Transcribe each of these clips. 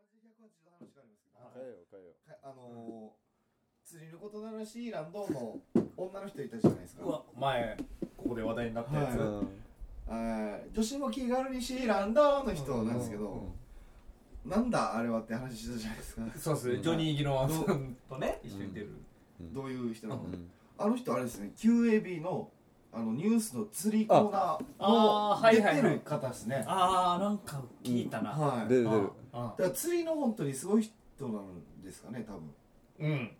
の話がありますけど、変えよう変えようかあのー、釣りのことならしいランドーの女の人いたじゃないですうか。わ前ここで話題になったやつ、はうんあー女子も気軽にシーランドーの人なんですけど、なんだあれはって話したじゃないですか。そうっす、うんジョニー・ギノワさんとね一緒に出る、うんどういう人なの、うんあの人あれですね、QAB のあのニュースの釣りコーナああーーはのい出はいはいてる方ですね。ああなんか聞いたな、あはい。出だる出るあから釣りの本当にすごい人なんですかね、多分。うん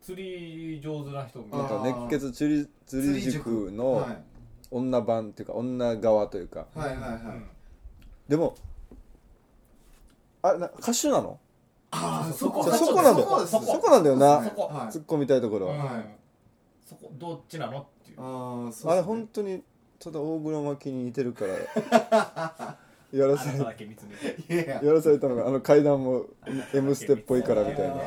釣り上手な人みたいなんなか熱血釣り釣り塾のはい女版っていうか女側というかはいはいはい。うんでもあな歌手なのああ、そこじそゃあそここななんんだだよそうですそねこなんだよなそこはい突っ込みたいところははいうんそこどっちなのっていうああ、そうあっすねれ本当にただ大黒摩季に似てるからやらあさなれただけ見つめていやいや。やらされたのがあの階段も M ステっぽいからみたいなな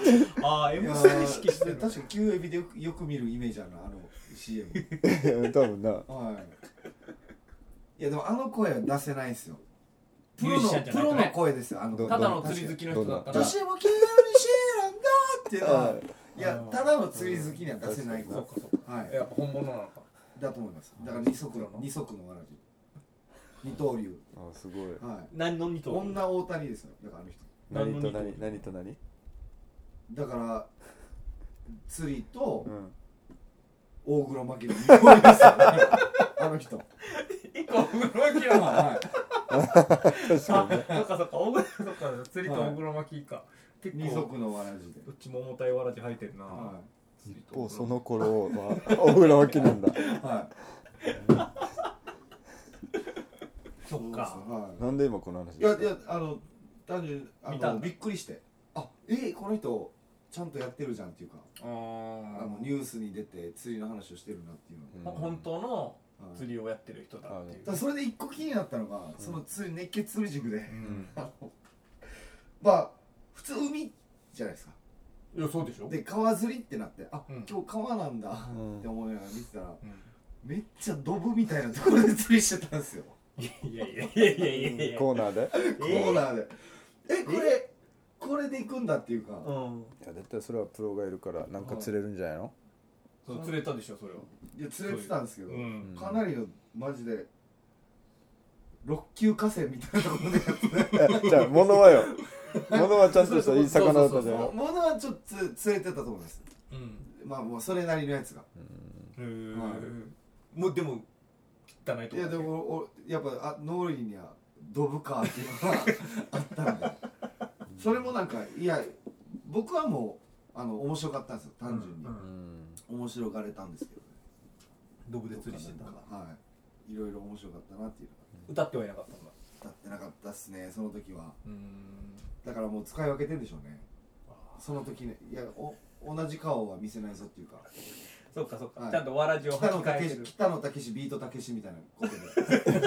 い あーや M ーステ意識してる確かに旧エビでよくよく見るイメージあるなあの CM 多分なはいいやでもあの声は出せないですよプロミュージの、シャンじゃプないとロねの声ですよあのどただの釣り好きの人だったら女そ子も気軽にシェーランだーっていうのははいいやただの釣り好きには出せないかうらかそうはかやいっぱ本物なのかだと思いますだから二足の二足のわらじ二刀流あすごいはい何の二頭女大谷ですよだからあの人何と何の二何何と何だから釣りとうん大黒摩季の二刀流ですよあの人一個大黒摩季なのはい確かにねそっかそっか大黒そっか釣りと大黒摩季か結二構足のわらじで。どっちも重たいわらじ履いてるなは釣りとお大黒摩季その頃は 大黒摩季なんだい。はそっい。かはなんで今この話い。いやいやあの単純にあ見たんのだびっくりして。あえこの人ちゃんとやってるじゃんっていうか、ああのニュースに出て釣りの話をしてるなっていううんほ本当のの。はい釣りをやってる人だっていだからそれで一個気になったのが、その釣り熱血釣り塾で、う、あのまあ普通海じゃないですか。うん、いやそうでしょで川釣りってなって、あ、うん今日川なんだうんって思いながら見てたら、うんめっちゃドブみたいなところで釣りしてたんですよ。いやいやいやいやいやいやコーナーでコーナーで。え、これ、これで行くんだっていうか。うんいや絶対それはプロがいるからなんか釣れるんじゃないのそう釣れたでしょそれはいや釣れてたんですけど、うんかなりのマジで6級河川みたいなところ でやってたえじゃあ物はよ物はちゃんとしたいい魚だったじゃんものはちょっとつ釣れてたと思いますうんまあもうそれなりのやつがへえはいもうでも汚いといこやでもおやっぱあ脳裏にはドブかっていうのが あったんでそれもなんかいや僕はもうあの面白かったんですよ単純に、うんうん面白がれたんですけど、ね、ドブで釣りしてたんだはいいろいろ面白かったなっていう歌ってはいなかったんだのが立ってなかったっすねその時はうんだからもう使い分けてんでしょうねあその時ねいやお同じ顔は見せないぞっていうかーそっかそっか、はいちゃんとわらじを北履野き替えて武る北野武ビート武みたいなこと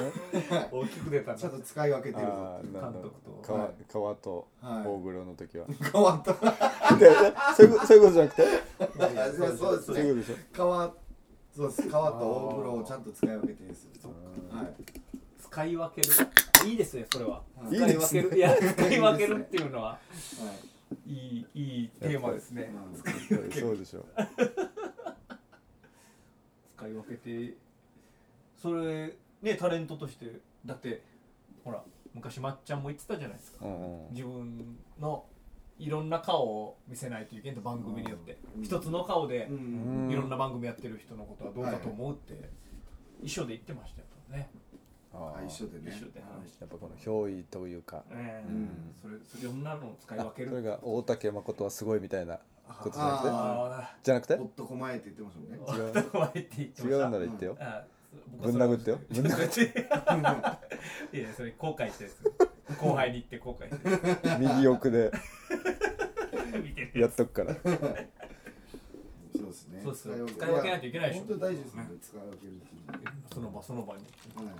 で大きく出たんちゃだんと使い分けてるぞあーなんだ監督と川はい川とは大い黒の時は変わ ったでそういうことそういうことじゃなくてそうですそういねうことでし変わそうです川と大風呂をちゃんと使い分けてるんですよそっかはい使い分けるいいですねそれは、はいい使でいす分ねけるいや使い分けるっていうのははいいいいいテーマですねまあょそうでしょ使い分けてそれねタレントとしてだってほら昔まっちゃんも言ってたじゃないですかうんうん自分のいろんな顔を見せないといけないと番組によってうん一つの顔でうんいろんな番組やってる人のことはどうかと思うって一緒で言ってましたよねああー一緒でね一緒で話してやっぱこの憑依というかねえうんそれそれいろんなのを使い分あけそるれが大竹誠はすごいみたいなことじゃなくてあじゃなくておっとこまえって言ってましたもんねあ男は言って言って違まうしんたなら言ってよあ僕ぶはんそれ殴ってよぶん殴 っいやそれ後悔してるんです後輩に言って後悔してて右奥でる見てるやっとくからそうですねそうですよ使い分けないといけないでしょ本当に大事ですね使い分けるっていうその場その場にめっのは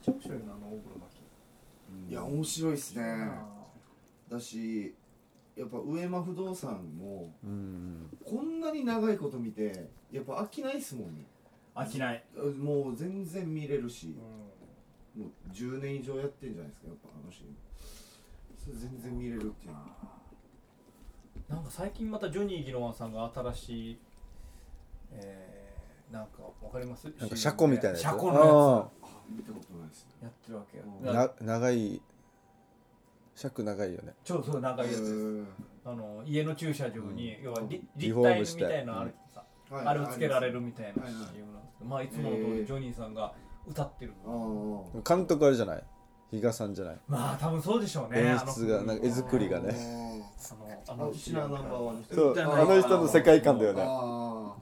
ちゃ面白いなあの大黒摩季いいや面白いですねあだしやっぱ上間不動産もうんこんなに長いこと見てやっぱ飽きないっすもんねー飽きないもう全然見れるし、もう10年以上やってんじゃないですかやっぱあのシーンそれ全然見れるっていうのなんか最近またジョニー・ギロワンさんが新しいえー、なんかわかりますなんか車庫みたいなややつつ車庫のやあ見たことないですねつやってるわけようんだからな長い尺長いよねちょうど長いやつですつあの家の駐車場に、要はりリ立フォー体ムしてみたいなのあるけどさ、あれをつけられるみたいなはいはい CM なんですけど、まあいつもの通りジョニーさんが歌ってる、ああ監督あれじゃない比嘉さんじゃないまあ多分そうでしょうね演出がなんか絵作りがねねあのああのうちのナンバーワンの人そうあの人の世界観だよねあ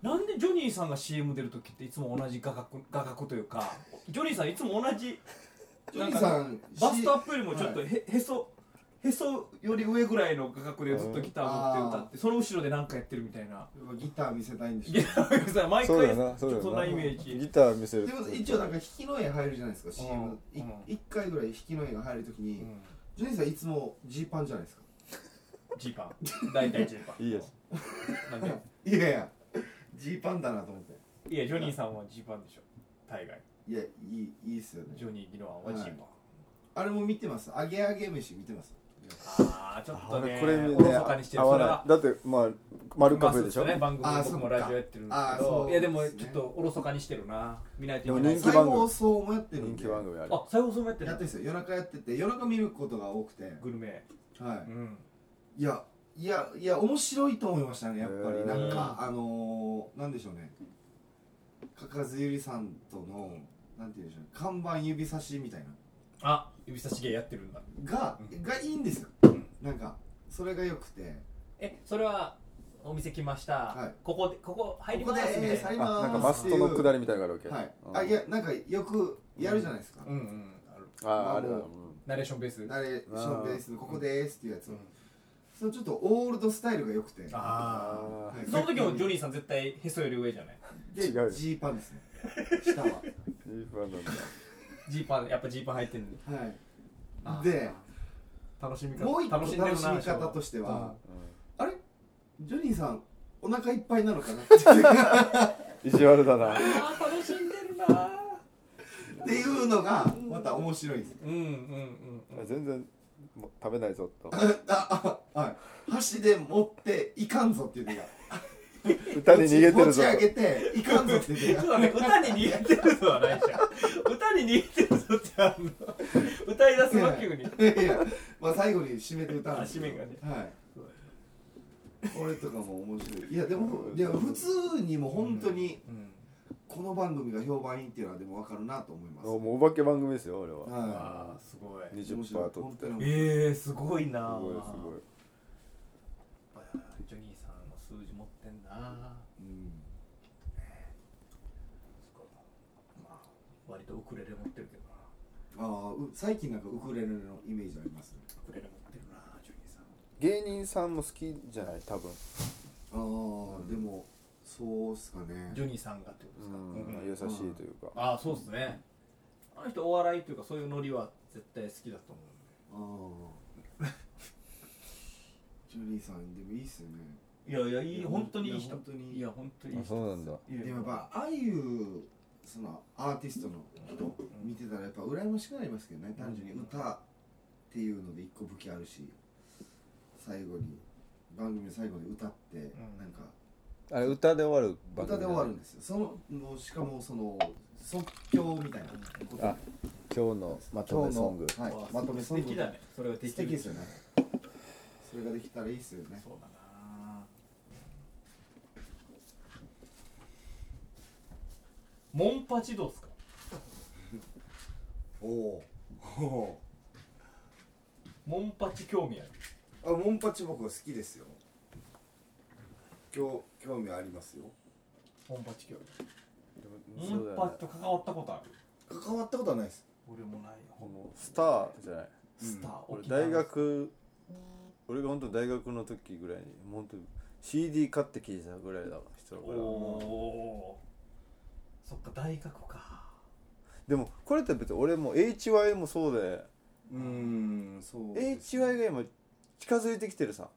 なんでジョニーさんが CM 出る時っていつも同じ画角画角というかジョニーさんいつも同じあジョニーさんバストアッしプよりもちょっとへ,、へそへそより上ぐらいの画角でずっとギター持って歌ってその後ろで何かやってるみたいなやっぱギター見せたいんでしょいやさ毎そうだよ回なそうだよそんなイメージギター見せるでも一応なんか引きの絵入るじゃないですか CM いうん一回ぐらい引きの絵が入るときに、うんジョニーさんいつもジーパンじゃないですかジーパン大体ジーパンいいやなんでいやいやジーパンだなと思っていやジョニーさんはジーパンでしょ大概いやいいいいっすよねジョニー・ギロワンはジーパン、あれも見てます揚げ揚げ飯見てますああちょっとね俺これおねろそかにしてる合そわれなはいだってまあ丸カフェでしょまあそうすね番組あー僕もそっかラジオやってるんであすけーそうどいやでもですちねょっとおろそかにしてるな見ないといけなでいも人気再番組放送もやってるん人で気番組あれあ再放送もやってるやってるんですよ夜中やってて夜中見ることが多くて、はグルメういんいやいやいや面白いと思いましたねやっぱへりーなんかあのー、なんでしょうねかかずゆりさんとのなんて言うんでしょうね看板指差しみたいなあ指差し芸やってるんだが、うがいいんですよ、なんかそれが良くてえそれはお店来ました、はいここでここ入りここまで、すみたえー、い去なりあますなんかマストのくだりみたいなのがあるはわいけ、あういやんなんかよくやるじゃないですか、うんうんあるあああれだまあもナレーションベースナレーションベースのここですっていうやつ、うんそのちょっとオールドスタイルが良くてああはいあその時もジョニーさん絶対へそより上じゃないで違うよジーパンですね下ははーいいファンなんだジーパンやっぱジーパン入ってるんであいーで楽しみ方もう一個楽楽ししんでるなみ方としては、あれジョニーさんお腹いっぱいなのかなって意地悪だなああ楽しんでるなっていうのがまた面白いんですうんうんうんうん全然もう食べないぞ とああはい箸で持っていかんぞっていうのが歌に逃げてる持ちぞ上げていかんぞっていうのそがうだね、歌に逃げてるのはないじゃん歌に逃げてるぞってあるの歌い出すわ急にいやいやまあ最後に締めて歌うんですけどあ締めがねはいそう俺とかも面白いいやでもいや普通にもう本当にうんこの番組が評判いいっていうのはでも分かるなと思いますもうお化け番組ですよ俺ははああすごいい20%面白い取って本当にええすごいなすあごいすごいやっぱジョニーさんの数字持ってんなまうんあ割とウクレレ持ってるけどなああう最近なんかウクレレのイメージありますねウクレレ持ってるなジョニーさん芸人さんも好きじゃない多分ああでもそうっすかねジョニーさんがってことですか、うん優しいというかああそうですねあの人お笑いというかそういうノリは絶対好きだと思うんでああジョニーさんでもいいっすよねいやいやいいいや本当にいいい人や本当にいや本当にいいあ人そうなんだいやでもやっぱああいうそのアーティストの人見てたらやっぱ羨ましくなりますけどね単純に歌っていうので一個武器あるし最後に番組の最後に歌ってんなんかあれ歌で終わる番歌組で終わるんですよそのもうしかもその即興みたいなことあ今日のまとめソング今日のはい、まとめソング素敵だねそれはできる素敵ですよねそれができたらいいですよねそうだなモンパチどうですかおおおモンパチ興味あるあモンパチ僕は好きですよ興興味ありますよモンパチ興味そモうだンよパねチと関わったことある関わったことはないです俺もないよもうスターじゃないスター俺沖縄大学俺が本当大学の時ぐらいに本当 CD 買って聴いてたぐらいだ人だおからおーそっか大学かでもこれって別に俺も HY もそうでうーんそうですね HY が今近づいてきてるさ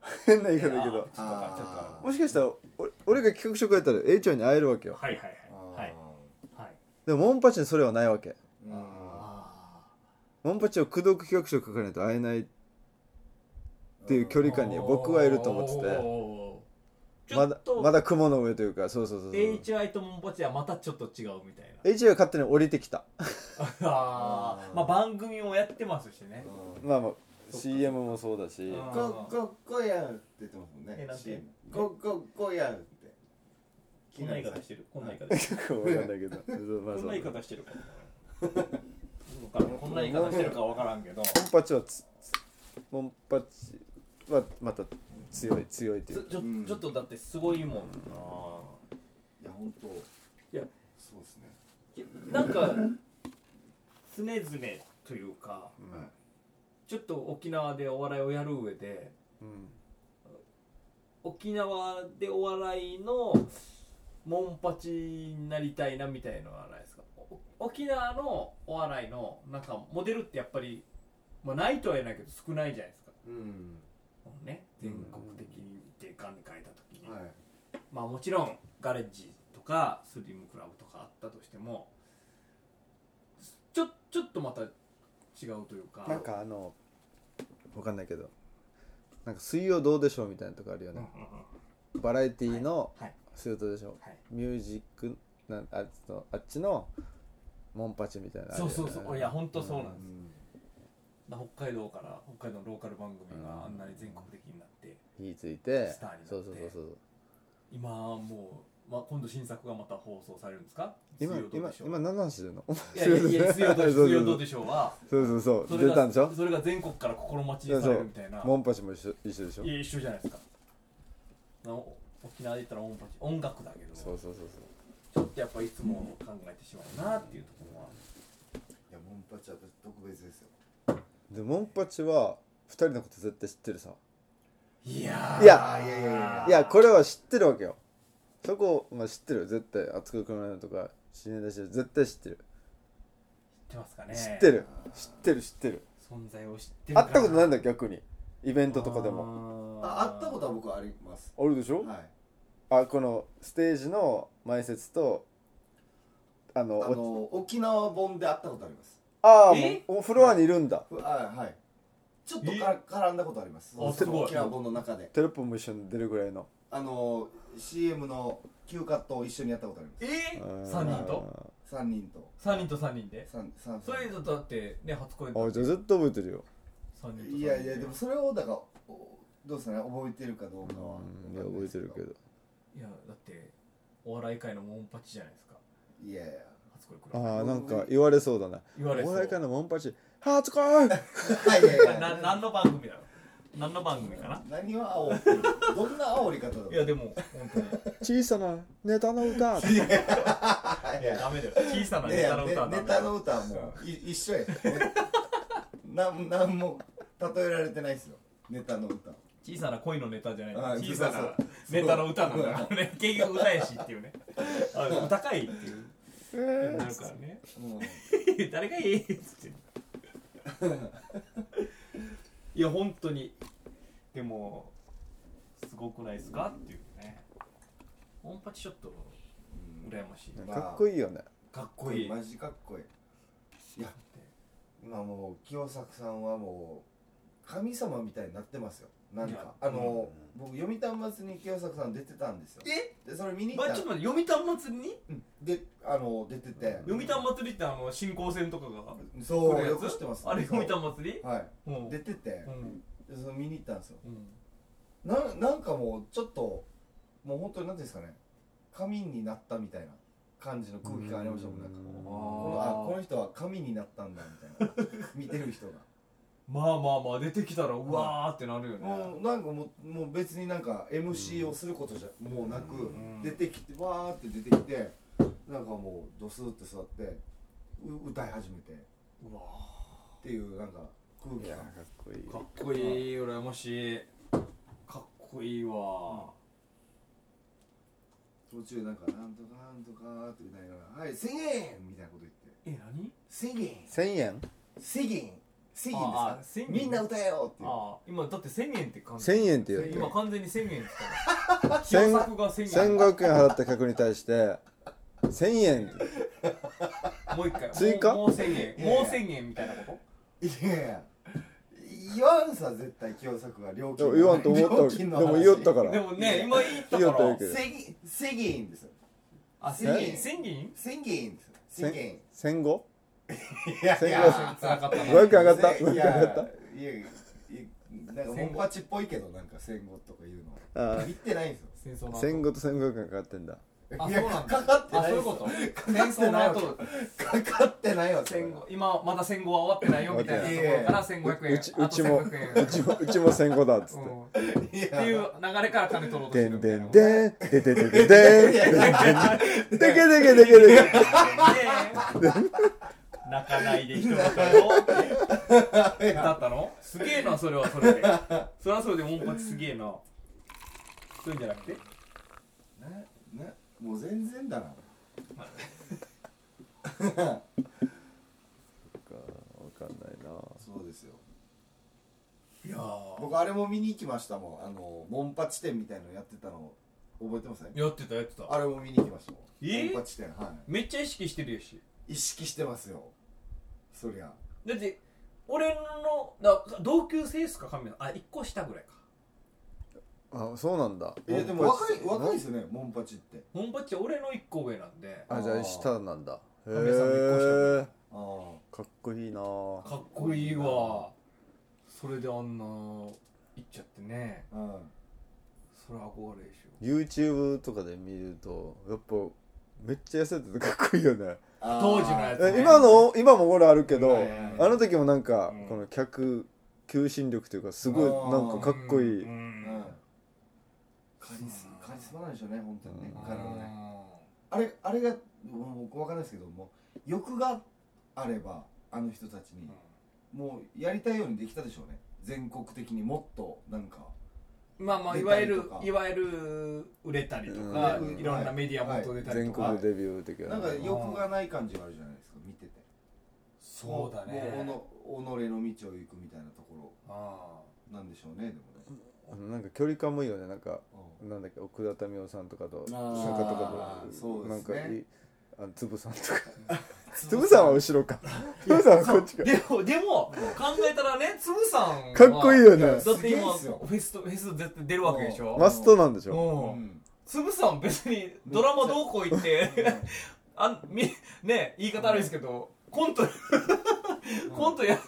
変な言い方だけあちょっどとかちょっとかあーもしかしたら俺俺が企画書書いたら HY に会えるわけよはいはいあーはいはいはいでもモンパチにそれはないわけうああモンパチを口説く企画書書かないと会えないっていう距ー離感に僕はいると思ってておーちょまだっとまだ雲の上というかそうそうそうそう HI とモンパチはまたちょっと違うみたいな H が勝手に降りてきた あーまあ番組もやってますしねまあまあ CM もそうだしうんこここやんって言ってますもんえねなんて CM こここやんってこんな言い方してるこんな言い方してる結構分かんないけどそうまあこそんうな言いモン方してるかわからんこんな言い方してるかわからんけどパチはつつモンパチはまた強い強いといちょうちょうんちょっとだってすごいもんなあいや本当いやそうですねなんか常々というかはいちょっと沖縄でお笑いをやる上でうん沖縄でお笑いのモンパチになりたいなみたいのはないですかお沖縄のお笑いのなんかモデルってやっぱり、まあ、ないとは言えないけど少ないじゃないですか、うんね、全国的にって考えた時に、はいまあもちろんガレッジとかスリムクラブとかあったとしてもちょちょっとまた違うというかなんかあの分かんないけどなんか水曜どうでしょうみたいなとこあるようんうんね、うんバラエティーのはい水曜どうでしょう、はいミュージックなあっちのあっちのモンパチみたいなのあるそようねそうそういや本当そうなんです、んな北海道から北海道のローカル番組があんなに全国的になって火ついてスターになってそうそうそうそう今もう、まあ、今度新作がまた放送されるんですか今水曜どう今でしょう今何の話してるのいやいやいや水曜どうでしょう水曜どうででしょうはそうそうそうそれ出たがんでしょそれが全国から心待ちにされるみたいなモンパチも一緒一緒でしょいや一緒じゃないですかなお沖縄で言ったら音楽音楽だけどそうそうそうそうちょっとやっぱいつも考えてしまうなっていうところはいやモンパチは私特別ですよでモンパチは2人のこと絶対知ってるさいやーいやいやいやいやいやこれは知ってるわけよそこ、まあ、知ってるよ絶対熱くないのとか死ねだし絶対知ってる、知ってますかね知ってる知ってる知ってる存在を知ってる会ったことないんだだよ逆にイベントとかでももあ会ったことは僕はありますあるでしょ、はいあこのステージの前説とあのあの沖縄本で会ったことありますああえもうフロアにいるんだふあはいちょっとか絡んだことありますあすごい沖縄本の中でテロップも一緒に出るぐらいのあの CM の Q カットを一緒にやったことありまえうー、ん3人とす3人と3人と3人で三三それだとだってね初恋だあ3じゃあずっと覚えてるよ人と3人いやいやでもそれをだからおどうですかね覚えてるかどうかはわかうんんいないや覚でえてするけどいやだってお笑い界のモンパチじゃないですかいやいや初恋くらいああなんか言われそうだな言われおそう笑い界のモンパチ「はーつこい!」はいいやいやな 何の番組だろう何の番組かな何を煽ってるどんな煽り方だろういやでも本当に小さなネタの歌 いやいやダメだよ小さなネタの歌はねダネメだタよの歌はもうい一緒やなんなんも例えられてないですよネタの歌小さな恋のネタじゃないあ小さそうなそうネタの歌なんだそうよ ね結局歌やしっていうねあ歌かいっていう なるからねもう誰がいい っつっていや本当にでもすごくないですかっていうねオンパチちょっとうん羨ましいまあかっこいいよねかっこいいマジかっこいいいや今もう清作さんはもう神様みたいになってますよなんいやかあの、僕読谷祭りに清作さん出てたんですよえでそれ見に行まっあたちょっと待って読谷祭りにうんであの出てて読谷祭りってあの新高専とかがそ来うるやよつく知ってますあれ読谷祭りはういん出ててうんでその見に行ったんですようんななんかもうちょっともう本当に何ていうんですかね神になったみたいな感じの空気感ありましたもんなんかうんこのあこの人は神になったんだみたいな見てる人がまあまあまあ出てきたらうわーってなるよもねうなんかもうもう別になんか MC をすることじゃもうなく、ん出てきてわーって出てきてなんかもうドスって座ってう歌い始めてっうわていうなんか空い気やか感っこいいーかっこいい羨ましいかっこいいわ途中なんかなんとかなんとかって歌いながら「はい1000円!」みたいなこと言ってえ何「1000円1000円1000円!」1000円ああです1000か円みんな歌えよっていうああ今だって1000円って感じ1000円って言って今完全に1000円って言った清作が1000円1500円払った客に対して1000円ってもう一回追加もうもう宣言いやいやもう宣言みたいなこいやいや言わんさ絶対清作は料で金も言わんと思ったわ料けで金の話も言おったかとらでもね今言ったか言おうと言うけどらせぎせぎんですよあ宣言宣言宣言ですよせ宣言い戦後や宣言つらかっ語たな学上がったせ語学上いやがったいやいやなんかモンパチっぽいけどなんか戦後とか言うのあ 言ってないんですよ戦争あの後戦後と戦後がかかってんだあいそやうなんだかかってあないそうでいうすよこと戦争の後かかってないわそれ戦後今まだ戦後は終わってないよみたいなところから1500円うちうちもあと1500円うちもうちも戦後だっつっうんいっていうや流れから金取 ろうとしててるんみたでいなでんんででででででんでけでけでけでけで 泣かないで人の声をだったのすげえなそれはそれでそれはそれでモンパチすげえなそういうんじゃなくてななもう全然 だなわかんないなそうですよいやー僕あれも見に行きましたもんあのモンパチ店みたいのやってたの覚えてますねやってたやってたあれも見に行きましたもんえーモンパチ店はめっちゃ意識してるやしい意識してますよそりゃだって俺のだ同級生っすか神野あ一個下ぐらいかあそうなんだえでも若い若いですよねモンパチってモンパチ俺の一個上なんであじゃあ下なんだへ神谷さんの一個えああかっこいいなかっこいいわそれであんな行っちゃってねうんそれ憧れでしょ YouTube とかで見るとやっぱめっちゃ痩せててかっこいいよね当時のやつえ今の今も俺あるけど、はいはいはいあの時もなんか、うんこの客求心力というかすごいあーなんかかっこいい、ううんんカリスカリスマなんでしょうね本当にねうん彼はねあれあれがもう僕分かんないですけども欲があればあの人たちにもうやりたいようにできたでしょうね全国的にもっとなんかまあまあい出わたゆりるとかいわゆる売れたりとか、うんいろんなメディアもと出たり全とか、国デビュー的ななんか欲がない感じがあるじゃないですか見ててそうだねもうもうおの己の道を行くみたいなとこあろなんでしょうねでもねなんか距離感もいいよねなんかうなんだっけ奥田民生さんとかとあなーんかとかそうですねなんかいいあつぶさんとか んつぶさんは後ろかつぶさんはこっちあかでもでも考えたらねつぶさんはかっこいいよいねやだって今すげえっすよフェスとフェス絶対出るわけでしょ、うんマストなんでしょううんんつぶさん別にドラマどうこう言ってあんみね言い方悪いですけど、コント コントややっ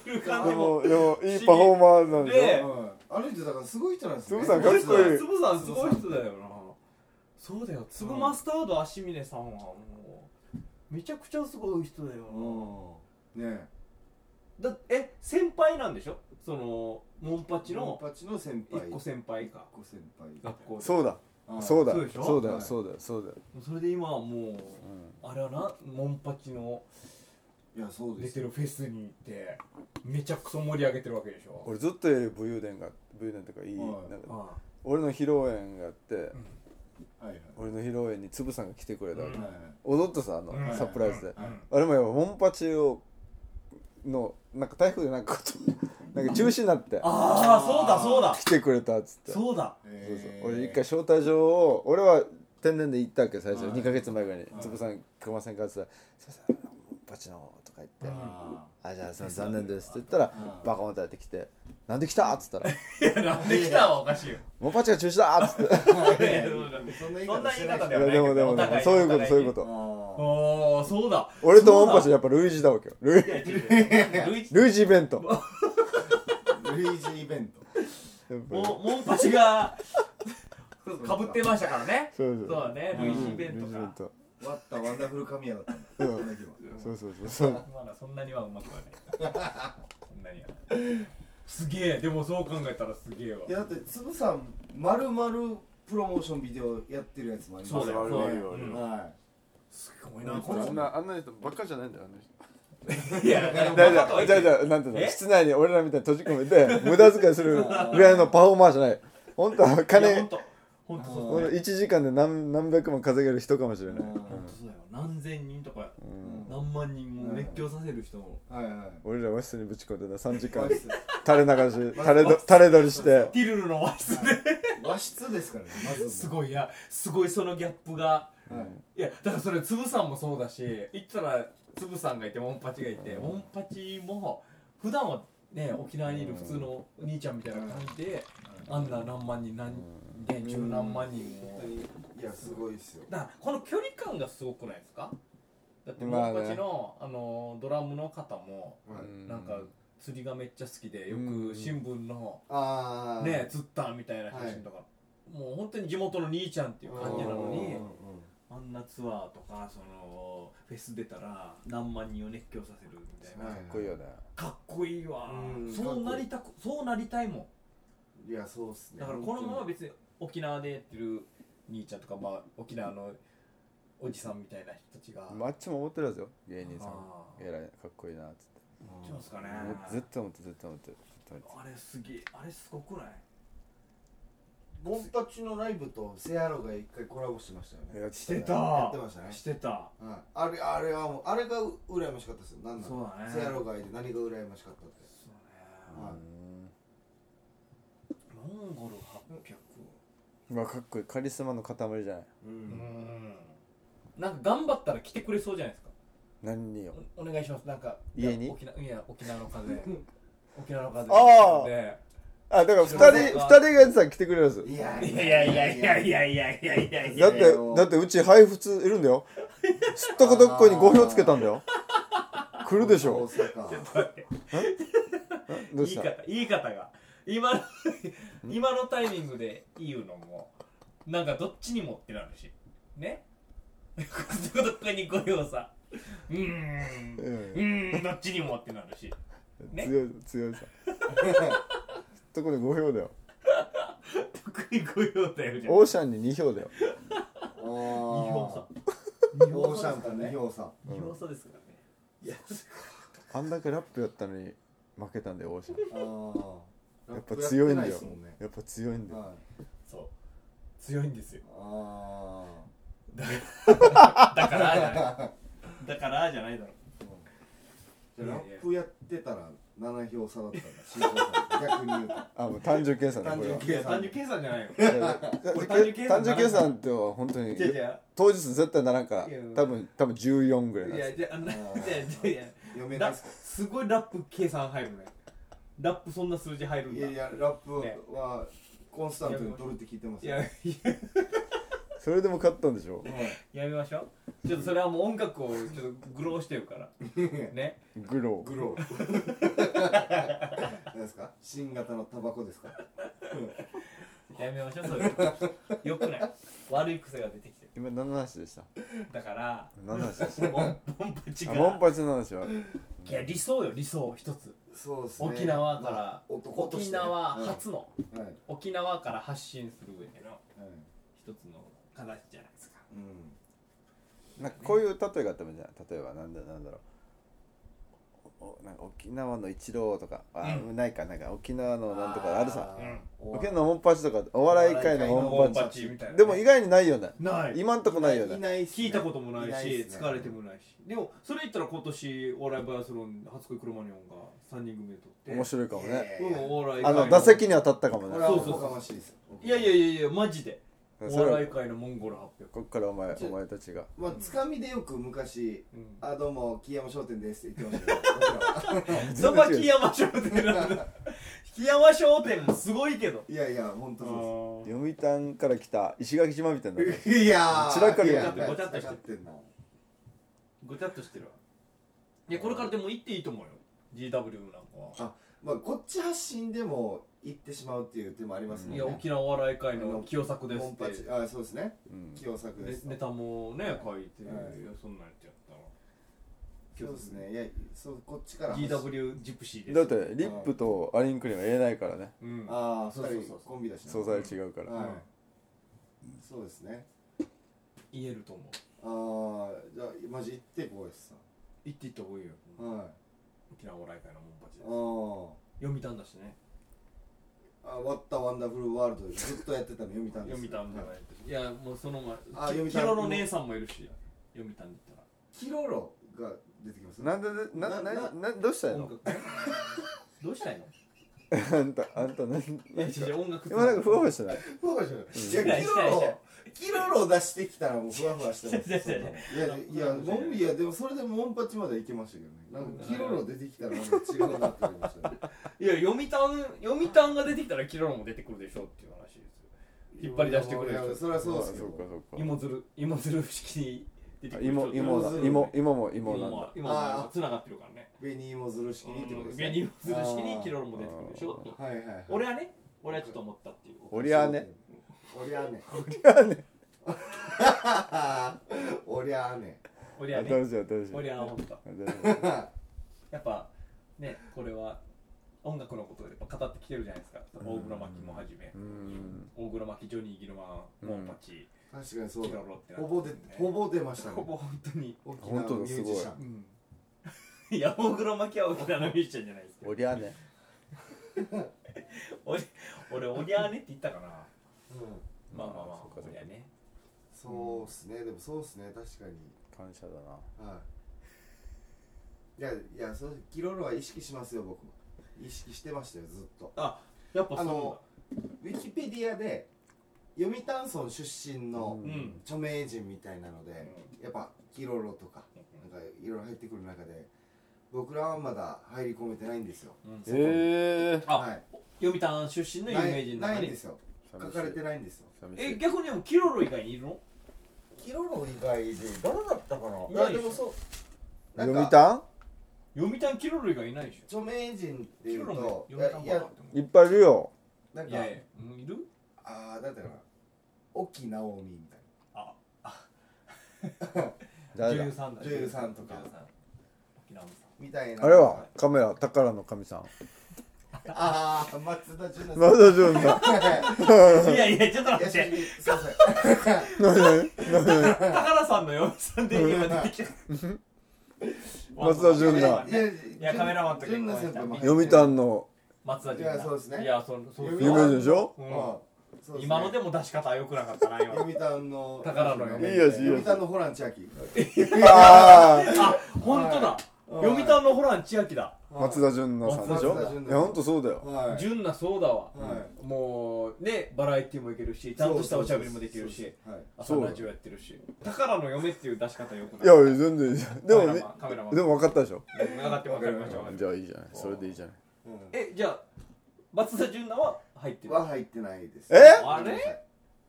てる感でじももでもいいパフォーマーなんでしょでうんあの人だからすごい人なんですねつぶさんこかっれこいいつぶさんすごい人だよなそうだよつぶマスタード足峰さんはもうめちゃくちゃすごい人だようんねなだえ先輩なんでしょそのモンパチモンのパチの先輩一個先輩か一個先輩学校でそうだんそうだそうでしょそうだはよいそうだよそうだよそれで今はもうあれはなモンパチのいやそうで出すてよるフェスに行ってめちゃくそ盛り上げてるわけでしょ俺ずっとやる武勇伝が武勇伝とかいいはいなんかあ俺の披露宴があってはいはい俺の披露宴につぶさんが来てくれたわけうんはいはい踊ってさあのうんサプライズであうんあれもやっぱモンパチをのなんか台風でなんかこう なんか中止になってあーそうだそうだ来てくれたっつってそうだそうそうえー俺一回招待状を俺は天然で行ったわけ最初はい2ヶ月前ぐらいには「いつぶさん来ませんか?」っつったら「すいませんモンパチの」とか言ってあ「あじゃあすいません残念です」って言ったらうんバカモンタやってきて「なんで来た?」っつったら いやなんで来たわおかしいよ「モンパチが中止だ!」っ つってーいやいやそんな言いそん方なし言てないい方あでいやはでないけどもでもでお互もいそういうことそういうこあとーああそうだ俺とモンパチはやっぱ類似だわけよ類 いや違う違うルイ類似イベント類似イベントやっぱりモモンパチが かぶってましたからねそうそうそうだねう類ん似イベント類似イベンかト割ったワンダフル神谷だったんだうんこの日はそうそうそうそうまだそんなにはうまくはないそんなにはすげえでもそう考えたらすげえわいやだってつぶさんまるまるプロモーションビデオやってるやつもありまそうすだよねそうだようんはすごいなここれあんなあんな人バカじゃないんだよあの人れいやでもじゃあバじカとはゃあ言っじゃてあじゃあなんていうのえ室内に俺らみたいに閉じ込めて無駄遣いするぐらいのパフォーマーじゃない本当はいや金本当本当そうこの1時間で何何百万稼げる人かもしれない、本当そうだよ何千人とかうん何万人も熱狂させる人もいはいはい俺ら和室にぶち込んでな3時間和室垂れ流し垂れど垂れ撮りしてティルルの和室で和室ですからねまずすごいやすごいそのギャップがはいいやだからそれつぶさんもそうだし行ったらつぶさんがいてモンパチがいてうんモンパチも普段はね沖縄にいる普通のお兄ちゃんみたいな感じであんな何万人何ね十何万人本も当にいやすごいですよだからこの距離感がすごくないですかだってまあモねンパチのあのドラムの方もはいなんか釣りがめっちゃ好きでようくん新聞のああね釣ったみたいな写真とかもう本当に地元の兄ちゃんっていう感じなのに。あんなツアーとかそのフェス出たら何万人を熱狂させるみたいなかっこいいよねかっこいいわうんそうなりたくそうなりたいもいやそうっすんねだからこのまま別に沖縄でやってる兄ちゃんとかまあ沖縄のおじさんみたいな人たちがマッチも思ってるやつよ芸人さんあーえらいかっこいいなっつってどっちなんですかねもうずっと思ってずっと思ってずっと思ってあれすげえあれすごくないゴンパチのライブとセアロが一回コラボしてましたよねやっしてたやってましたねしてたはいあれあれはもうあれがう羨ましかったですよ何なそうのだねセアロがいて何が羨ましかったってそううねはいんモンゴル800まあかっこいいカリスマの塊じゃないううんんなんか頑張ったら来てくれそうじゃないですか何人よおお願いしますなんか家にいや沖縄いや沖縄の風 沖縄の風あーであだから二人そう二か人がやってたら来てくれるんですよいやいやいやいやいやいやいやいやいだやってだってうち配布通いるんだよすっとこどっこに5票つけたんだよ来るでし大ょ阪どう言いした方言い方が今の今のタイミングで言うのもなんかどっちにもってなるしねどこにご用さうーんううーんどっちにもってなるしんね強い強いさすっとこで5票だよどこにご用だよじゃんオーシャンに2票だよ二お票ー差二票差と二票差二票差ですからねいやあんだけラップやったのに負けたんだよオーシャンあーやっぱ強いんだよラップやってなですもねやっぱ強いんだよはいそう強いんですよあだからじゃないだからじゃないだろーじゃあラいやいやップやってたら7票差だったら新婚さん逆に言うとあもう単純計算だ単これは純計算単純計算じゃないよいや単純計算単純計算っては本当にじゃじゃ当日絶対ならんからいや多分多分14ぐらいなんいですやじゃあなじゃあじゃ嫁であラすすごいラップ計算入るねラップそんな数字入るんいだやいやラップはコンスタントに取るって聞いてますいよやいやそれでも勝ったんでしょはいやめましょうちょっとそれはもう音楽をちょっと愚弄してるからねグログロー何ですか新型のタバコですかやめましょうそれよくない悪い癖が出てきて今何の話でしたるだから何の話でしモンモンパチたがあモンパチの話はいや理想よ理想一つそうですね沖縄から、まあ男とし沖て縄はい初の、はいはい沖縄から発信する上での一つの形じゃないですかうんなんかこういう例えがあったもんじゃない例えばなんだなんだろうおなんか沖縄の一郎とかあ、うないかなんか沖縄のなんとかあるさーうん沖縄のモンパチとかお笑い界のモンパチモンパチみたいなでも意外にないよねな今んとこないよねないっすね聞いたこともないしいっすね疲れてもないしでもそれ言ったら今年お笑いバイアスロン初恋クロマニョンが3人組で撮って面白いかもねいやいやうんお笑あい界の打席に当たったかもこねれはそうおそうそうこがましいですいやいやいやいやマジでおそれは笑い界のモンゴル発表こっからお前ちょお前たちがまあつかみでよく昔うん「あどうも木山商店です」って言ってましたけど 僕らはそこは木山商店なん だ木山商店もすごいけどいやいや本当そ読谷から来た石垣島みたいなうですいやー散らかるいよやねごちゃっと散らしてるかってんなごちゃっとしてるわいやこれからでも行っていいと思うよ GW なんかはまあこっち発信でも行ってしまうっていう手もありますもんねいや沖縄お笑い界の清作ですモンパっチてあそうですねうん清作でねすネタもね書いていやはいそんなんやってやっそうですねいやそうこっちかたらら GW ジプシーですだってリップとアリンクリンは言えないからねうんああそうそう2そ人うコンビだしな素材違うから、はいうんそうですね言えると思うああじゃあマジ行ってこうです行っていった方がいいよはい沖縄お笑い界のモンパチであー読みたんだしねあ「ワッタワンダフルワールド」ずっとやってたの読みたんです読みたんじゃないいやもうそのあ読前みきキたんロの姉さんもいるし読みたんだっキロロが出てきますなんでななななどうしたたいらの音楽どうしたいのあんたあんた何いや違う違う音楽今なんかふわふわしてないふわふわしてない。いや、キロロ、キロロを出してきたらもうふわふわしてます。いや、いや、モンビ、いや、でもそれでモンパチまで行けましたけどね。なんか、キロロ出てきたらなんか違うなって思いましたね。いや読谷読谷が出てきたらキロロも出てくるでしょっていう話ですよ 引っ張り出してくれるいやそれはそうですけそどうかそうか芋づる芋づる式に出てくる芋芋だ芋芋も芋なんだ芋芋あもーつながってるからね紅芋づる式にってことですね。ベニ芋づる式にキロロも出てくるでしょってあーはいはいはい。俺はね俺はちょっと思ったっていう俺はね。おりゃあね。 おりゃあね。俺はね新しい新しい俺は思った新しいやっぱねこれは音楽のことをやっぱ語ってきてるじゃないですか大黒摩季もはじめうん大黒摩季ジョニー・ギルマンモンパチ確かにそうキだロ。ロってなってほぼ出、ほぼ出ましたね。 ほぼ本当に沖縄のミュージシャン。いや大黒摩季は沖縄のミュージシャンじゃないですけどおりゃね俺俺おにゃーねって言ったかなうんまあまあまあそうかそおうかにゃーねそうっすね。でもそうっすね。確かに。感謝だなはい。いや、いや、そう、キロロは意識しますよ、僕も。意識してましたよ、ずっと。あやっぱそうなんだあのウィキペディアで、読谷村出身のううん著名人みたいなので、やっぱ、キロロとか、なんか、いろいろ入ってくる中で、僕らはまだ入り込めてないんですよ。うんええあ、はい読谷出身の有名人のないな中いんにですよ。書かれてないんですよ。寂しえい逆にでもキロロ以外にいるのキロロ以外で、誰だったかないいなや、いででしょもそう。なん読か谷読谷キロロ以外いないでしょ著名人ってキいロうロもと、読谷いやいパーかやっていっぱいいるよなんいかやいや、うん、いるああだったかな沖直美みたい誰女優ださんだ女優さんとか女優さん沖縄のさんなみたいなあれはカメラ宝の神さんああ松田純ま奈だ潤さんさんいやいや、ちょっと待っいやて。しすいません高田さんの嫁さんで今出てきた。 松田純だいやいやカメラマンと結純婚した奈先輩読谷の松田純だ。いやそうですねいや、そう、そう有有名人でしょううんんそうすね今のでも出し方は良くなかったな、 今。読谷の宝の嫁いいよいいよ読谷のホラン千秋あああ、本当だ。読谷のホラン千秋だ。松田純奈さんでしょ松田純奈いやほんとそうだよはい純なそうだわ。はもう、ね、バラエティもいけるし、ちゃんとしたおしゃべりもできるし、はい朝ラジオやってるし。宝の嫁っていう出し方良くいやない。全然いいじゃんでもねカメラマン。でも分かったでしょカメラマン、分かって分かりました。じゃあいいじゃないそれでいいじゃないうんえ、じゃあ、松田純奈は入ってるは入ってないですえあれ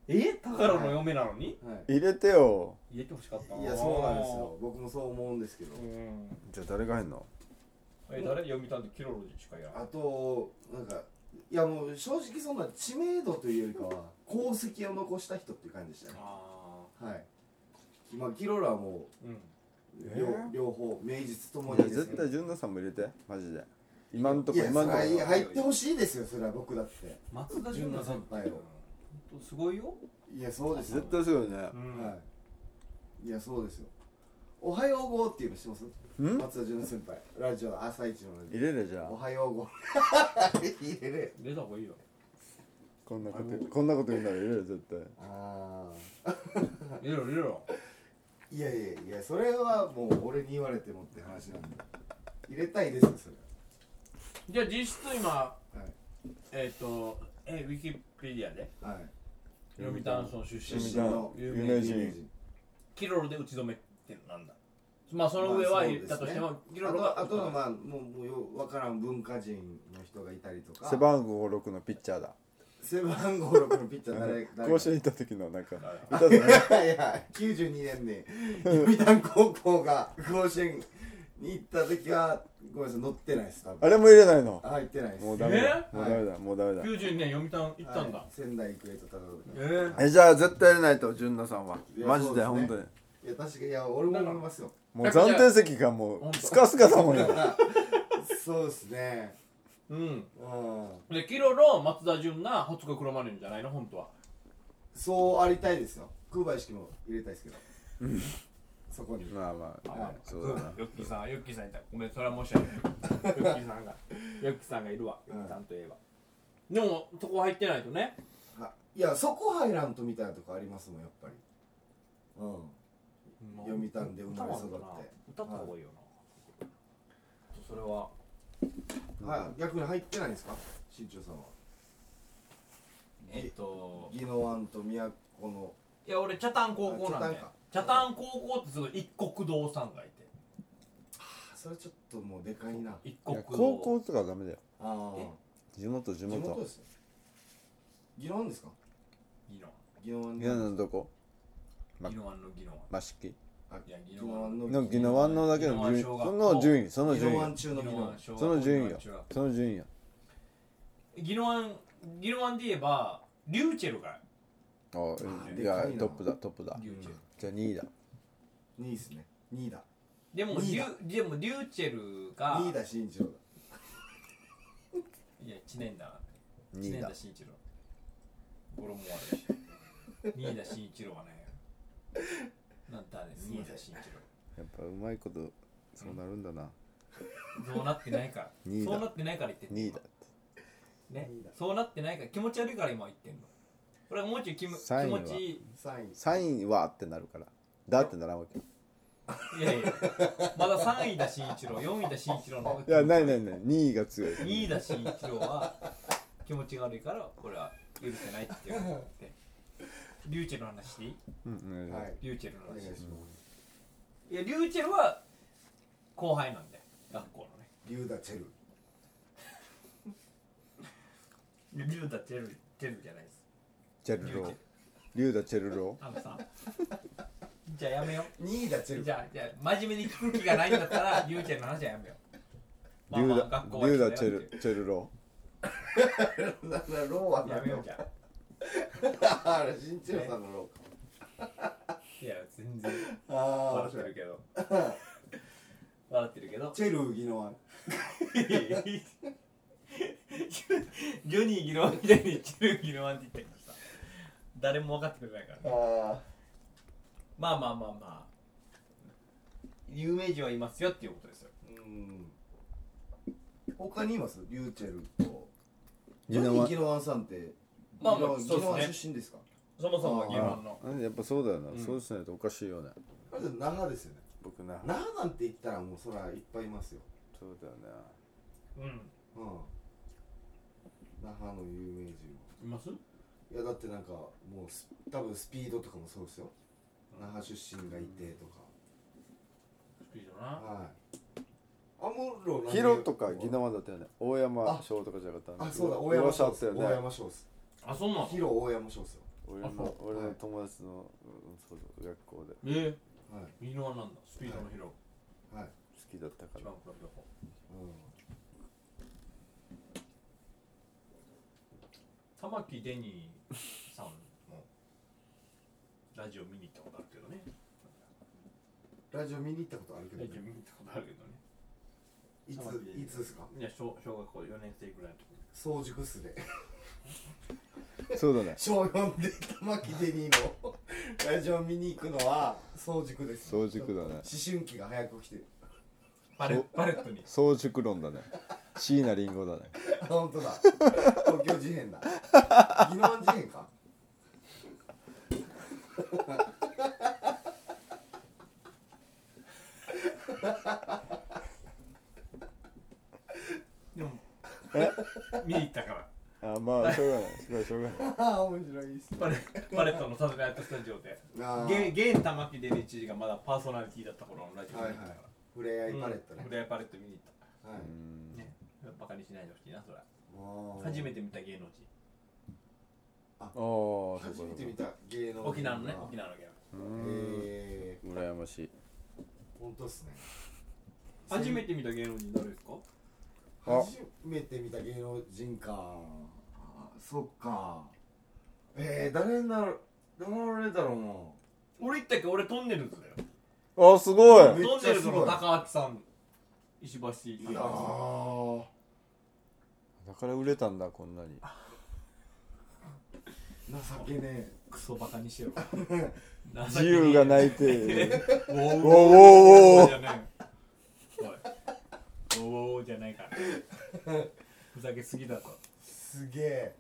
え宝の嫁なのにはい入れてよ入れてほしかったいやそうなんですよ僕もそう思うんですけどうんじゃあ誰が入んのえ誰読みたんでキロロジしかやらあとなんかいやもう正直そんな知名度というよりかは功績を残した人っていう感じでしたねあはいまあギロラはもーうんう、えー両両方名実ともいやにです絶けど対純奈さんも入れてマジで今んとこいや今んとこそれは入ってほしいですよそれは僕だって松田純奈さんって純奈先輩をほんとすごいよいやそうですよ絶対そうよねはいいやそうですよおはようごーっていうのしてますん松田純先輩ラジオ朝一のラジ入れるじゃオおあはようご ー入れる出た方がいいよこんなことこんなこと言うなら入れる絶対ああ出ろ出ろいやいやいやそれはもう俺に言われてもって話なんで入れたいですよそれじゃあ実質今ははいえっとえウィキペディアではい読谷村出読身谷有有名名人キロロで打ち止めってなんだまあその上は言ったとしてまもキロあロとがあとはまあもうもうようわからん文化人の人がいたりとか背番号6のピッチャーだ背番号6のピッチャー誰誰甲子園行った時のなんか誰いたじゃない いやいや92年に読谷高校が 甲子園に行った時はごめんなさい乗ってないです多分あれも入れないの入ってないですもうダメだえもうダメだもうダメだ92年読谷行ったんだはい仙台育英と戦うえ時ーえじゃあ絶対入れないと純奈さんはいやマジそうでですね本当にいや確かにいや俺も思いますよもう暫定席がも本う当スカスカだもんねそうですねうんうんでキロロ松田純奈ホツク黒マネンじゃないの本当はそうありたいですよ空売式も入れたいですけどそこにまあまあ、はいそうだなヨッキーさん、ヨッキーさんいた。ごめん、それは申し訳ない。ヨッキーさんが、ヨッキーさんがいるわ。ヨッキーさんといえば。でも、そこ入ってないとね。はいやそこ入らんとみたいなとこありますもんやっぱりう読谷で生まれ育って歌った方がいいよな。それは、はい、逆に入ってないんですか新庄さんはえっと宜野湾と宮古のいや俺茶炭高校なんであ茶炭高校ってすごい一国道さんがいてそれちょっともうでかいな一い国や道高校とかはダメだよあえ地元地地元元ですよ宜野湾ですか宜野宜野湾いやのどこま湾宜野湾の宜野湾益城あいや宜宜野野湾湾のの宜野湾のだけの順位宜野そ湾小学校の順位その宜順位野よ湾中の宜野湾その順位よ宜野湾小学校の中その順位よ宜野湾宜野湾で言えばリューチェルがあうんいでやかいなトップだトップだリューチェルじゃあ2位だ2位ですね2位だでもリリーダュでもリューチェルが2位だ新庄だいや知念だ知2位念だ田慎一郎語呂も悪いし 新田慎一郎はねなんだね新田慎一やっぱうまいことそうなるんだな郎そうなってないからリーダーそうなってないから言ってんの2位だねリーダーそうなってないから気持ち悪いから今言ってんの俺はもうちょい気む気サインは持ちいい3位3位はってなるからだってならんわけいやいやまだ3位だ慎一郎4位だ慎一郎の方がいやないないない2位が強い2位だ慎一郎は気持ちが悪いから俺は許せないって言われてリューチェルの話していいうんうんはいリューチェルのお願い話しますいやリューチェルは後輩なんで学校のねリューダチェルリューダチェルチェルじゃないですチェルローリュウダチェルロあのさじゃあやめよ2位だチェルじゃあじゃあ真面目に聞く気がないんだったらリューチェルの話はやめよーリュウまあまあダ学リ校はュウダ来チたよェルチェルロだからローはやめようだじゃああれ新庄さんのロいや全然ーかああ笑面白っているけど笑ってるけどチェル宜野湾ジョニー・ギロワンみたいにチェルギロワンって言ったけどさ誰も分かってくれないからねああまあまあまあまあ有名人はいますよっていうことですようん他にいますリューチェルと宜何野湾宜野湾さんってまあまあ宜そ野うですね湾出身ですかそもそもギロワンのーやっぱそうだよな、うんそうしないとおかしいよねあれでも那覇ですよね僕な那覇なんて言ったらもうそらいっぱいいますよそうだよねうんうん那覇の有名人いますはいやだってなんかもうす多分スピードとかもそうですよ那覇出身がいてとか、いいよなはいアムロヒロとか宜湾野湾だったよね大山翔とかじゃなかったあそうだ大山翔翔であったすよ大ね山翔ですあそうなのヒロ大山翔ですよ俺あそのう俺はのい友達の、うん、そうそう学校でえはいー、ギロワンなんだスピードのヒロはい、好きだったか一ら番プロフィール方う玉木デニーさんのラジオ見に行ったことあるけどねん、ラジオ見に行ったことあるけど、ラジね、オ見に行ったことあるけどねいつ玉木デニいーつですかいや小小学校4年生ぐらいの時早熟っすねそうだね小4で玉木デニーのラジオ見に行くのは早熟です早熟だね思春期が早く来てるバレバレットに早熟論だね椎名林檎だねあ本当だ東京事変だ宜野湾事変かでもえ見に行ったからあまあしょうがないしょうがないしょう がないああ面白いっすねバレバレットのサテライトスタジオであーゲゲン玉木デニー知事がまだパーソナリティだった頃のラジオ見に行ったからふれあいうんパレットねフ、レアパレット見に行っはいうんたねバカにしないでほしいなそれはあー初めて見た芸能ああそうか初そうめかて見た芸能人人沖縄のねが沖縄の芸能うーんええ羨ましい本当っすね初めて見た芸能人誰ですかあ初めて見た芸能人かあそっかえー、誰になる誰だろう俺言ったっけ俺トンネルズだよあすごいめっトンちゃネルすズごいの高橋さん石橋貴ないや明ーだから売れたんだこんなに情けねえクソバカにして よ自由が泣い ておおおーおじゃないおいおーじゃな いからふざけすぎだとすげえ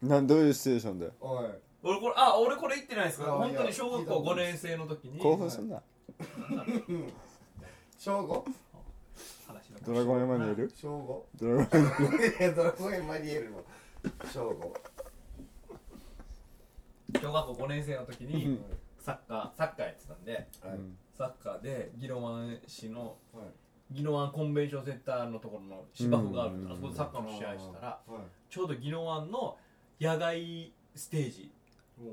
おなんどういうシチュエーションだよおい俺これあ俺これ言ってないですかあ本当いにや小学校5年生の時に興奮すんな正午話のドラゴンエマニュエル正午ドラゴ ンいやドラゴンエマニュエルの正午小学校5年生の時うにんサッカーサッカーやってたんではい、サッカーでギロワン市のはいギロワンコンベンションセンターのところの芝生があるんうんであそこでサッカーの試合したらはちょうどギロワンの野外ステージいも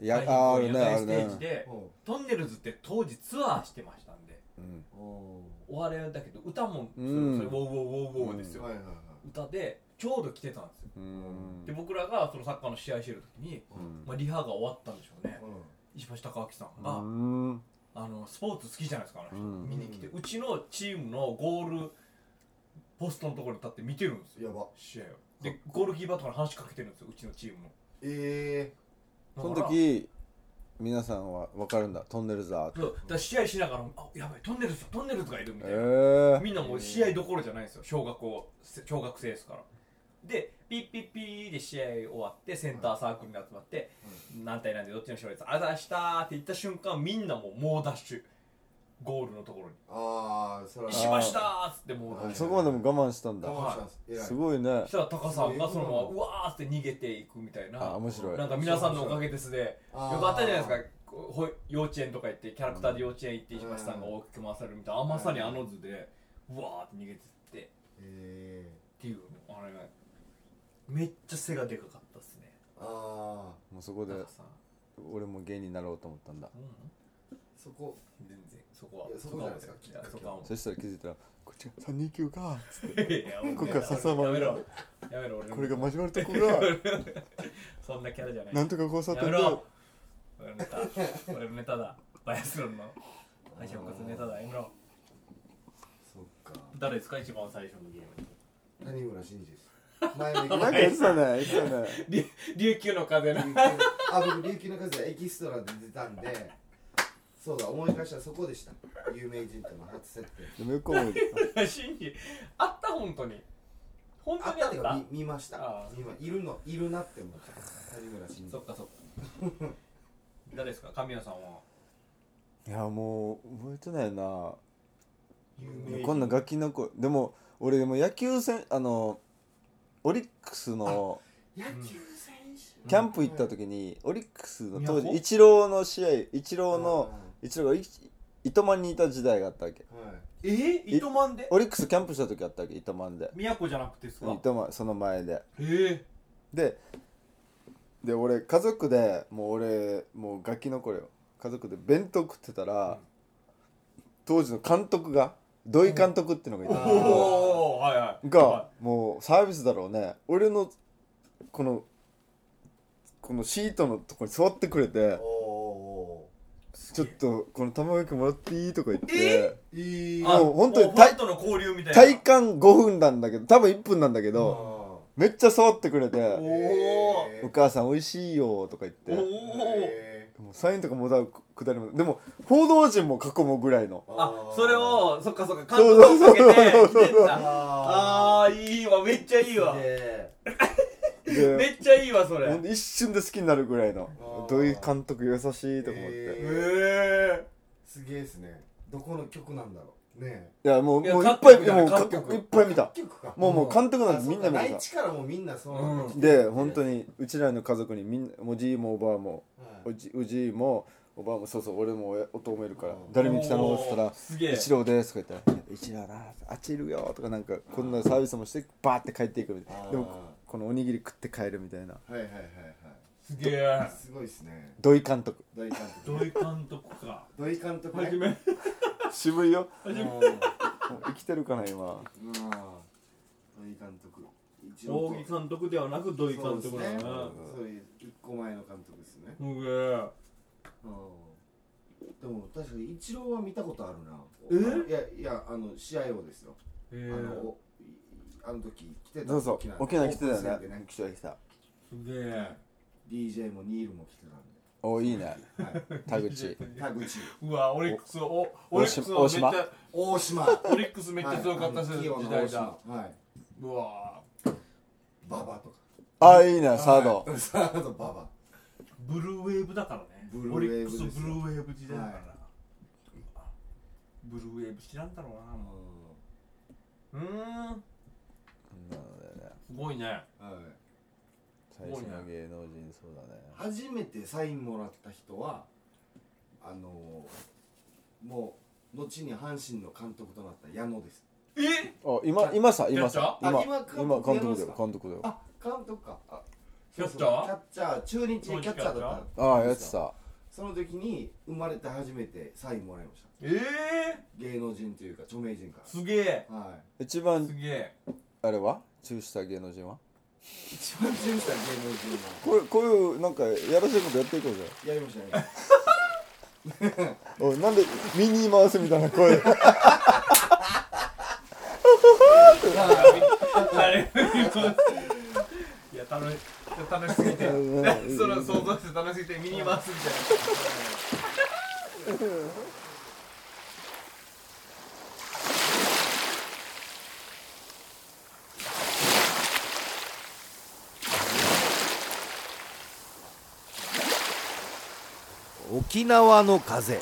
ういや大あーあ人る気ねの野ある外ステねージでおトンネルズって当時ツアーしてましたんでうんおお笑いだけど歌もそれうそれんウォーウォーウォーウォーですよはいはいはい歌でちょうど来てたんですようんで僕らがそのサッカーの試合してる時に、うんまあ、リハが終わったんでしょうねうん石橋貴明さんうが、んあのスポーツ好きじゃないですかあの人、うん見に来てうちのチームのゴールポストのところに立って見てるんですよやば試合をでゴールキーパーとかに話しかけてるんですようちのチームのえそのだから時皆さんは分かるんだトンネルズだってそうだから試合しながら「あやばいトンネルズだトンネルズがいる」みたいな、ええみんなもう試合どころじゃないんですよ小学校せ小学生ですからでピッピッピーで試合終わってセンターサークルに集まって、何対何でどっちの勝利ですあざしたーって言った瞬間みんなもう猛ダッシュゴールのところにー、ああそれ「はしました!」っつって猛ダッシはいュそこまでも我慢したんだ我慢したんです偉いすごいねそしたらタカさんがそのままうわーって逃げていくみたいあな面白いなんか皆さんのおかげですでよあーかったじゃないですかこうほい幼稚園とか行ってキャラクターで幼稚園行って石橋さんが大きく回されるみたいなあまさにあの図でうわーって逃げてってえっていうのあれがめっちゃ背がでかかったっすねー、ああもうそこで高さん、俺も芸人になろうと思ったんだうん、そこ全然そこはいやそこじゃないですかいやそこはもそしたら気づいたらこっちが329かっつっうていやもうここが笹まやみめれろやめろ俺のこれが交わるとこが そんなキャラじゃないなんとか交差やめ点でろ俺のネタ俺のネタだバイアスロンの敗者復活ネタだやめろそっか誰ですか一番最初のゲーム谷村新司です前の駅なんか言ってたね言ってたねり琉球の風のあ僕琉球の風はエキストラで出たんでそうだ思い返したらそこでした有名人との初設定でもよく思う真にあった本当に本あ当っにあたっけたど見見ましたああ今いるのいるなって思った谷村新司そっかそっか誰ですか神谷さんはいやもう覚えてないな有こんなガキの子でも俺でも野球戦あのオリックスの野球選手キャンプ行った時に、オリックスの当時宮古イチローの試合イチローのイチローがい糸満にいた時代があったわけはいえー、糸満でオリックスキャンプした時あったわけ糸満で宮古じゃなくてですか糸満その前でえー、でで俺家族でもう俺もうガキの頃よ家族で弁当食ってたら、当時の監督が土井監督ってのがいたの、うんおおはいはいがもうサービスだろうね俺のこのこのシートのとこに座ってくれておおちょっとこの卵焼きもらっていいとか言って、ーおーいいあもう本当にファンとの交流みたいな体感5分なんだけど多分1分なんだけど、おめっちゃ触ってくれておー「おお母さん美味しいよ」とか言っおておえもうサインとかもらうくだりもでも報道陣も囲むぐらいのーあそれをそっかそっか監そう督そうにかけてそうそう見てんだああーいいわめっちゃいいわすげえでめっちゃいいわそれほんへと一瞬で好きになるぐらいあのー土井監督優しいとか思って、ええすげえですねどこの曲なんだろうねいやもういやもういっ各ぱい局だもう各各局局いっぱい見たえ曲かもうもう監督なんあてそみうんかな見内た地からもみんなそうなんだで本当にうちらの家族にみんなおじいもおばあもはいおじうじいもおばあもそうそう俺もおやおとめいるからうん誰に来たのって言ったおらーすげ「え一郎です」とか言ったら「一郎なあっちいるよ」とかなんかこんなサービスもしてバーって帰っていくみたいあなーでもこのおにぎり食って帰るみたいなはいはいはいすげえはいすごいですね土井監督土井監土督井監督か土井監督ね初めは渋いようんうんもう生きてるかな今土井監督一郎大と木監督ではなく土井監督そうだですねなそういう一個前の監督ですねすげうえんでも確かに一郎は見たことあえるないやいやあの試合をですよへあえのあの時来てたそうそう沖縄沖縄来てオーたプンよ戦でね来た来たすげえ DJ もニールも来てたおいいねんで、はい田口田口うわオリックスおおオリックスはめっち大島ゃ大島めっオリックスめっちゃ強かった時代だ、はい、うわババとかああいいねサードはいサードババブルーウェーブだからねブルーウオリェッークブですスよブルーウェーブ時代だからな、はブルーウェーブ知らんだろうなもうううーんなのでねすごいねはい最初の芸能人そうだね初めてサインもらった人はあのー、もう後に阪神の監督となった矢野ですえあ今今さキャ今ッチャさー今あ今監督今監督やりだまよすか監督だよあ監督かあキャッチャーそうそうキャッチャー中日キャッチャーだったああやってたその時に生まれて初めてサインもらいましたえ芸能人というか著名人かー、すげえらはい一す番げえあれは中した芸能人は一番注意した芸能人こういうこういうなんかやらしいことやっていこうぜはやりましたやりましたおいなんでミニーマウスみたいな 声あれいや楽し楽しすぎて それは想像して楽しすぎてミニマウスみたい沖縄の風